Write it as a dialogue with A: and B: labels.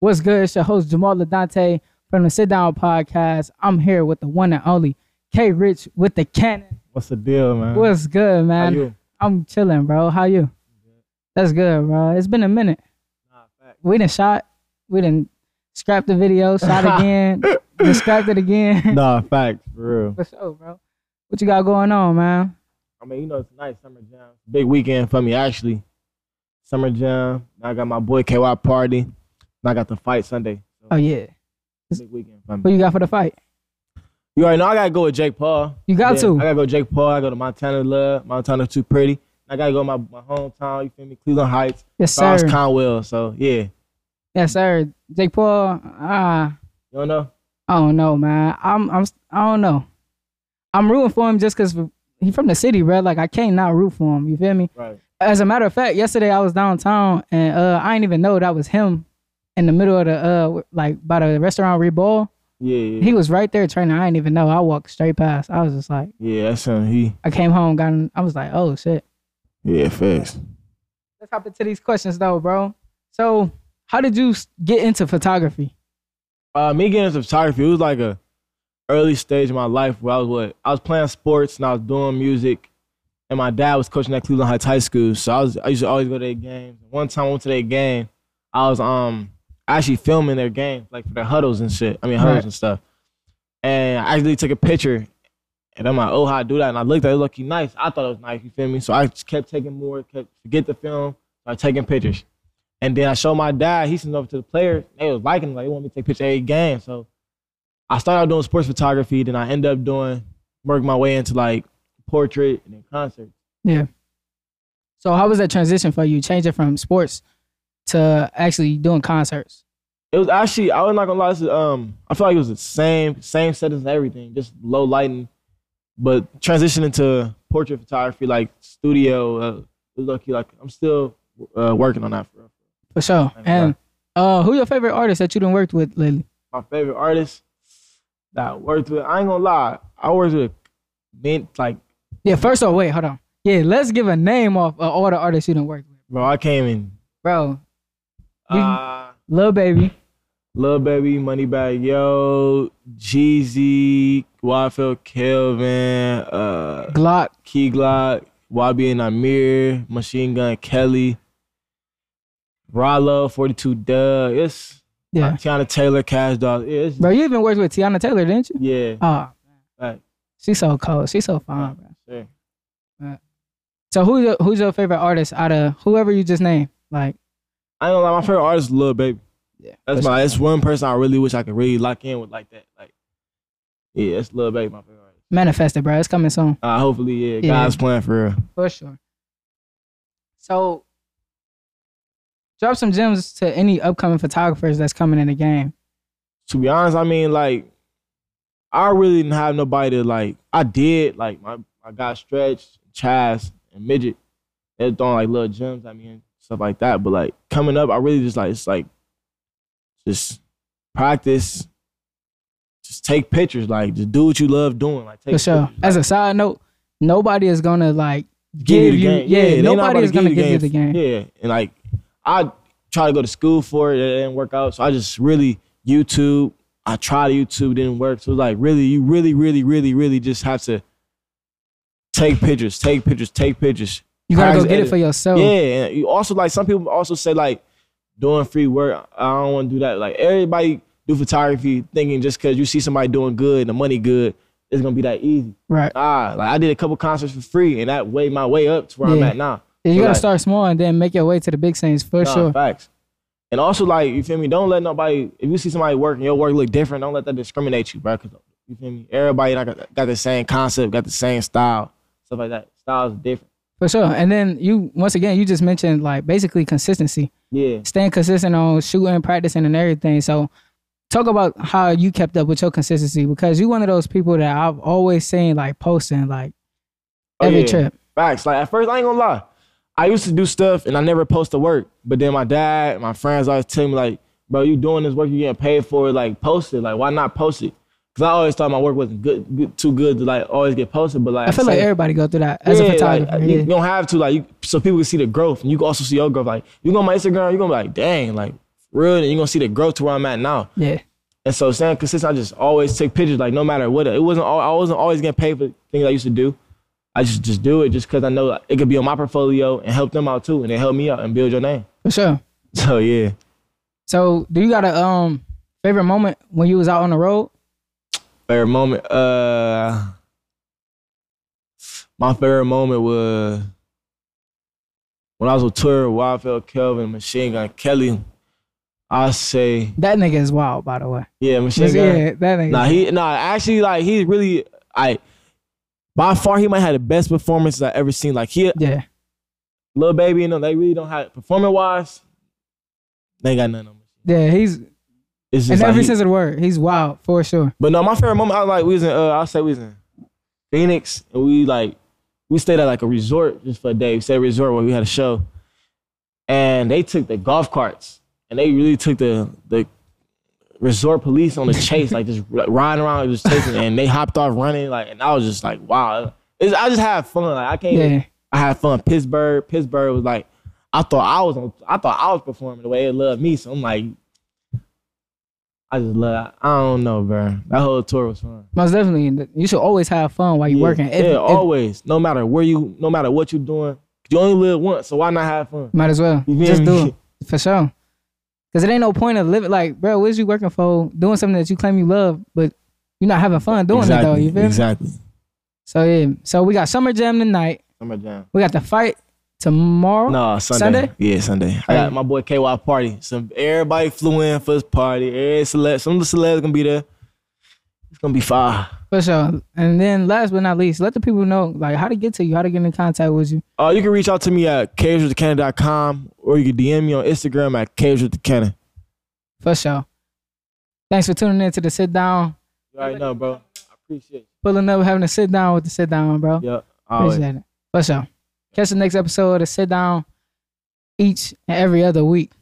A: What's good? It's your host Jamal Ladante from the Sit Down Podcast. I'm here with the one and only K Rich with the cannon.
B: What's the deal, man?
A: What's good,
B: How
A: man?
B: you?
A: I'm chilling, bro. How you? That's good, bro. It's been a minute.
B: Nah, fact.
A: We done shot. We done scrapped the video, shot again, then scrapped it again.
B: Nah, facts, for real.
A: For sure, bro. What you got going on, man?
B: I mean, you know, it's nice summer jam. Big weekend for me, actually. Summer jam. Now I got my boy KY party. And I got the fight Sunday. So
A: Oh yeah.
B: big weekend for
A: Who
B: me.
A: you got for the fight?
B: You already know I gotta go with Jake Paul.
A: You got
B: Yeah,
A: to.
B: I gotta go Jake Paul. I go to Montana Love. Montana Too Pretty. I gotta go to my, my hometown. You feel me? Cleveland Heights.
A: Yes,
B: Charles
A: sir.
B: Conwell. So yeah, you
A: Yes, sir. Jake Paul. Ah.
B: don't know.
A: I don't know, man. I'm I'm I don't know. I'm rooting for him just cause he from the city, bro. Like I can't not root for him. You feel me?
B: Right.
A: As a matter of fact, yesterday I was downtown and uh, I didn't even know that was him in the middle of the uh like by the restaurant Reball.
B: Yeah, yeah.
A: He was right there training. I didn't even know. I walked straight past. I was just like,
B: yeah, that's him. He.
A: I came home, got. In, I was like, oh shit.
B: Yeah, facts.
A: Let's hop into these questions though, bro. So, how did you s- get into photography?
B: Uh, me getting into photography, it was like a early stage of my life where I was what I was playing sports and I was doing music, and my dad was coaching at Cleveland Heights High School, so I was I used to always go to their games. One time I went to their game, I was um actually filming their game like for their huddles and shit. I mean huddles
A: Right.
B: and stuff, and I actually took a picture. And I'm like, oh, how I do that? And I looked at it, lucky nice. I thought it was nice, you feel me? So I just kept taking more, kept forget the film, started taking pictures. And then I showed my dad. He sent it over to the players. They was liking, it, like they want me to take pictures every game. So I started out doing sports photography. Then I ended up doing working my way into like portrait and then concert.
A: So, how was that transition for you? Changing from sports to actually doing concerts.
B: It was actually I was not gonna lie. This is, um, I feel like it was the same same settings and everything, just low lighting, but transitioning to portrait photography, like studio. Uh, lucky, like I'm still uh, working on that for real.
A: For sure.
B: Thank
A: And uh, who your favorite artist that you done worked with lately?
B: my favorite artist that I worked with. I ain't gonna lie, I worked with men like
A: Yeah, first off, wait, hold on. Yeah, let's give a name off of all the artists you done worked with.
B: bro. I came in.
A: Bro, You-
B: Uh,
A: Lil Baby,
B: Lil Baby, Moneybag Yo, Jeezy, Wafel Kelvin, uh,
A: Glock,
B: Key Glock, YB and Amir, Machine Gun Kelly, Rollo, 42 Doug, it's
A: yeah.
B: Tiana Taylor, Cash Doll. Yeah, it's,
A: Bro, you even worked with Tiana Taylor, didn't you?
B: yeah.
A: Oh,
B: Right.
A: she's so cold. She's so fine, bro.
B: sure.
A: So who's your, who's your favorite artist out of whoever you just named? Like,
B: I ain't gonna lie, my favorite artist is Lil Baby.
A: yeah,
B: That's my that's one person I really wish I could really lock in with like that. Like, yeah, that's Lil Baby, my favorite artist.
A: manifested, bro. It's coming soon.
B: Uh, hopefully, yeah,
A: Yeah.
B: God's plan for real.
A: For sure. So, drop some gems to any upcoming photographers that's coming in the game.
B: to be honest, I mean, like, I really didn't have nobody to like. I did like my my guy Stretch, Chaz, and Midget. They're throwing like little gems at me and stuff like that. But like coming up, I really just like it's like just practice, just take pictures, like just do what you love doing, like take
A: For sure.
B: pictures,
A: As
B: like,
A: a side note, nobody is gonna like
B: give
A: give you.
B: game.
A: Yeah,
B: they not about
A: nobody is gonna give you the game.
B: Yeah, and like I try to go to school for it, it didn't work out. So I just really YouTube. I tried YouTube, didn't work. So like really, you really, really, really, really just have to take pictures, take pictures, take pictures.
A: You gotta go
B: Practice
A: get it
B: edit.
A: for yourself.
B: Yeah, and you also like some people also say like doing free work. I don't want to do that. Like everybody do photography thinking just because you see somebody doing good and the money good, it's gonna be that easy.
A: Right.
B: Ah, like I did a couple concerts for free, and that way my way up to where I'm
A: Yeah.
B: at now.
A: Yeah, you
B: So,
A: gotta
B: like,
A: start small and then make your way to the big scenes for
B: nah,
A: sure.
B: Facts. And also, like you feel me, don't let nobody. If you see somebody work and your work look different, don't let that discriminate you, bro. 'Cause you feel me, everybody like, got, got the same concept, got the same style, stuff like that. Styles different.
A: For sure. And then you once again you just mentioned like basically consistency.
B: Yeah.
A: Staying consistent on shooting, practicing and everything. So talk about how you kept up with your consistency because you one of those people that I've always seen like posting like
B: Oh,
A: every
B: yeah.
A: trip.
B: Facts. Like at first, I ain't gonna lie. I used to do stuff and I never post the work. But then my dad, my friends always tell me like, bro, you doing this work, you getting paid for it. Like post it. Like why not post it? Cause I always thought my work wasn't good, good too good to like always get posted. But like
A: I feel like
B: same-
A: everybody go through that as a
B: Yeah, like,
A: photographer.
B: you,
A: yeah.
B: you don't have to like you, so people can see the growth and you can also see your growth. Like you go on my Instagram, you gonna be like, dang, like real, and you're gonna see the growth to where I'm at now.
A: Yeah.
B: And so staying consistent, I just always took pictures, like no matter what. It wasn't. All, I wasn't always getting paid for things I used to do. I just just do it just because I know it could be on my portfolio and help them out too, and it helped me out and build your name.
A: For sure.
B: So yeah,
A: So do you got a um favorite moment when you was out on the road?
B: favorite moment. Uh, my favorite moment was when I was with Tour, Wildfell, Kelvin, Machine Gun Kelly. I say,
A: That nigga is wild, by the way.
B: yeah, Machine Gun.
A: Yeah, that nigga.
B: Nah, he nah actually like he really I by far he might have the best performances I ever seen. Like he
A: yeah.
B: little baby and them, they really don't have performing wise, they ain't got nothing on me.
A: Yeah, he's
B: It's
A: in
B: just like
A: every
B: he-
A: sense of the word, he's wild for sure.
B: But no, my favorite moment I was like we was in uh I say we was in Phoenix and we like we stayed at like a resort just for a day. We stayed at a resort where we had a show. And they took the golf carts and they really took the the resort police on the chase, like just r- riding around, just chasing, and they hopped off running, like, and I was just like, wow. It's, I just had fun. Like I can't. even-
A: Yeah.
B: I had fun. Pittsburgh, Pittsburgh was like, I thought I was on, I thought I was performing the way it loved me. So I'm like, I just love. I don't know, bro. That whole tour was fun.
A: Most definitely. You should always have fun while you're
B: Yeah.
A: working. If-
B: yeah,
A: if-
B: always. No matter where you, no matter what you're doing, 'cause you only live once, so why not have fun?
A: might as well.
B: You feel
A: Just
B: me?
A: do it. For sure. Cause it ain't no point of living like, bro, what is you working for? Doing something that you claim you love, but you're not having fun doing it
B: exactly,
A: though. You feel me?
B: exactly.
A: So yeah. So we got summer jam tonight.
B: Summer jam.
A: We got the fight tomorrow.
B: No, Sunday.
A: Sunday?
B: Yeah, Sunday. I got my boy KY party. Some everybody flew in for his party. Every celeb, some of the celebs gonna be there. It's gonna be fire.
A: For sure. And then last but not least, let the people know like how to get to you, how to get in contact with you.
B: Uh, you can reach out to me at caveswiththecannon.com or you can DM me on Instagram at caveswiththecannon.
A: For sure. Thanks for tuning in to the sit down.
B: You already know, bro. I appreciate
A: Pulling up, having a sit down with the sit down, bro.
B: you. Yep. Always.
A: Appreciate it. For sure. Catch the next episode of the sit down each and every other week.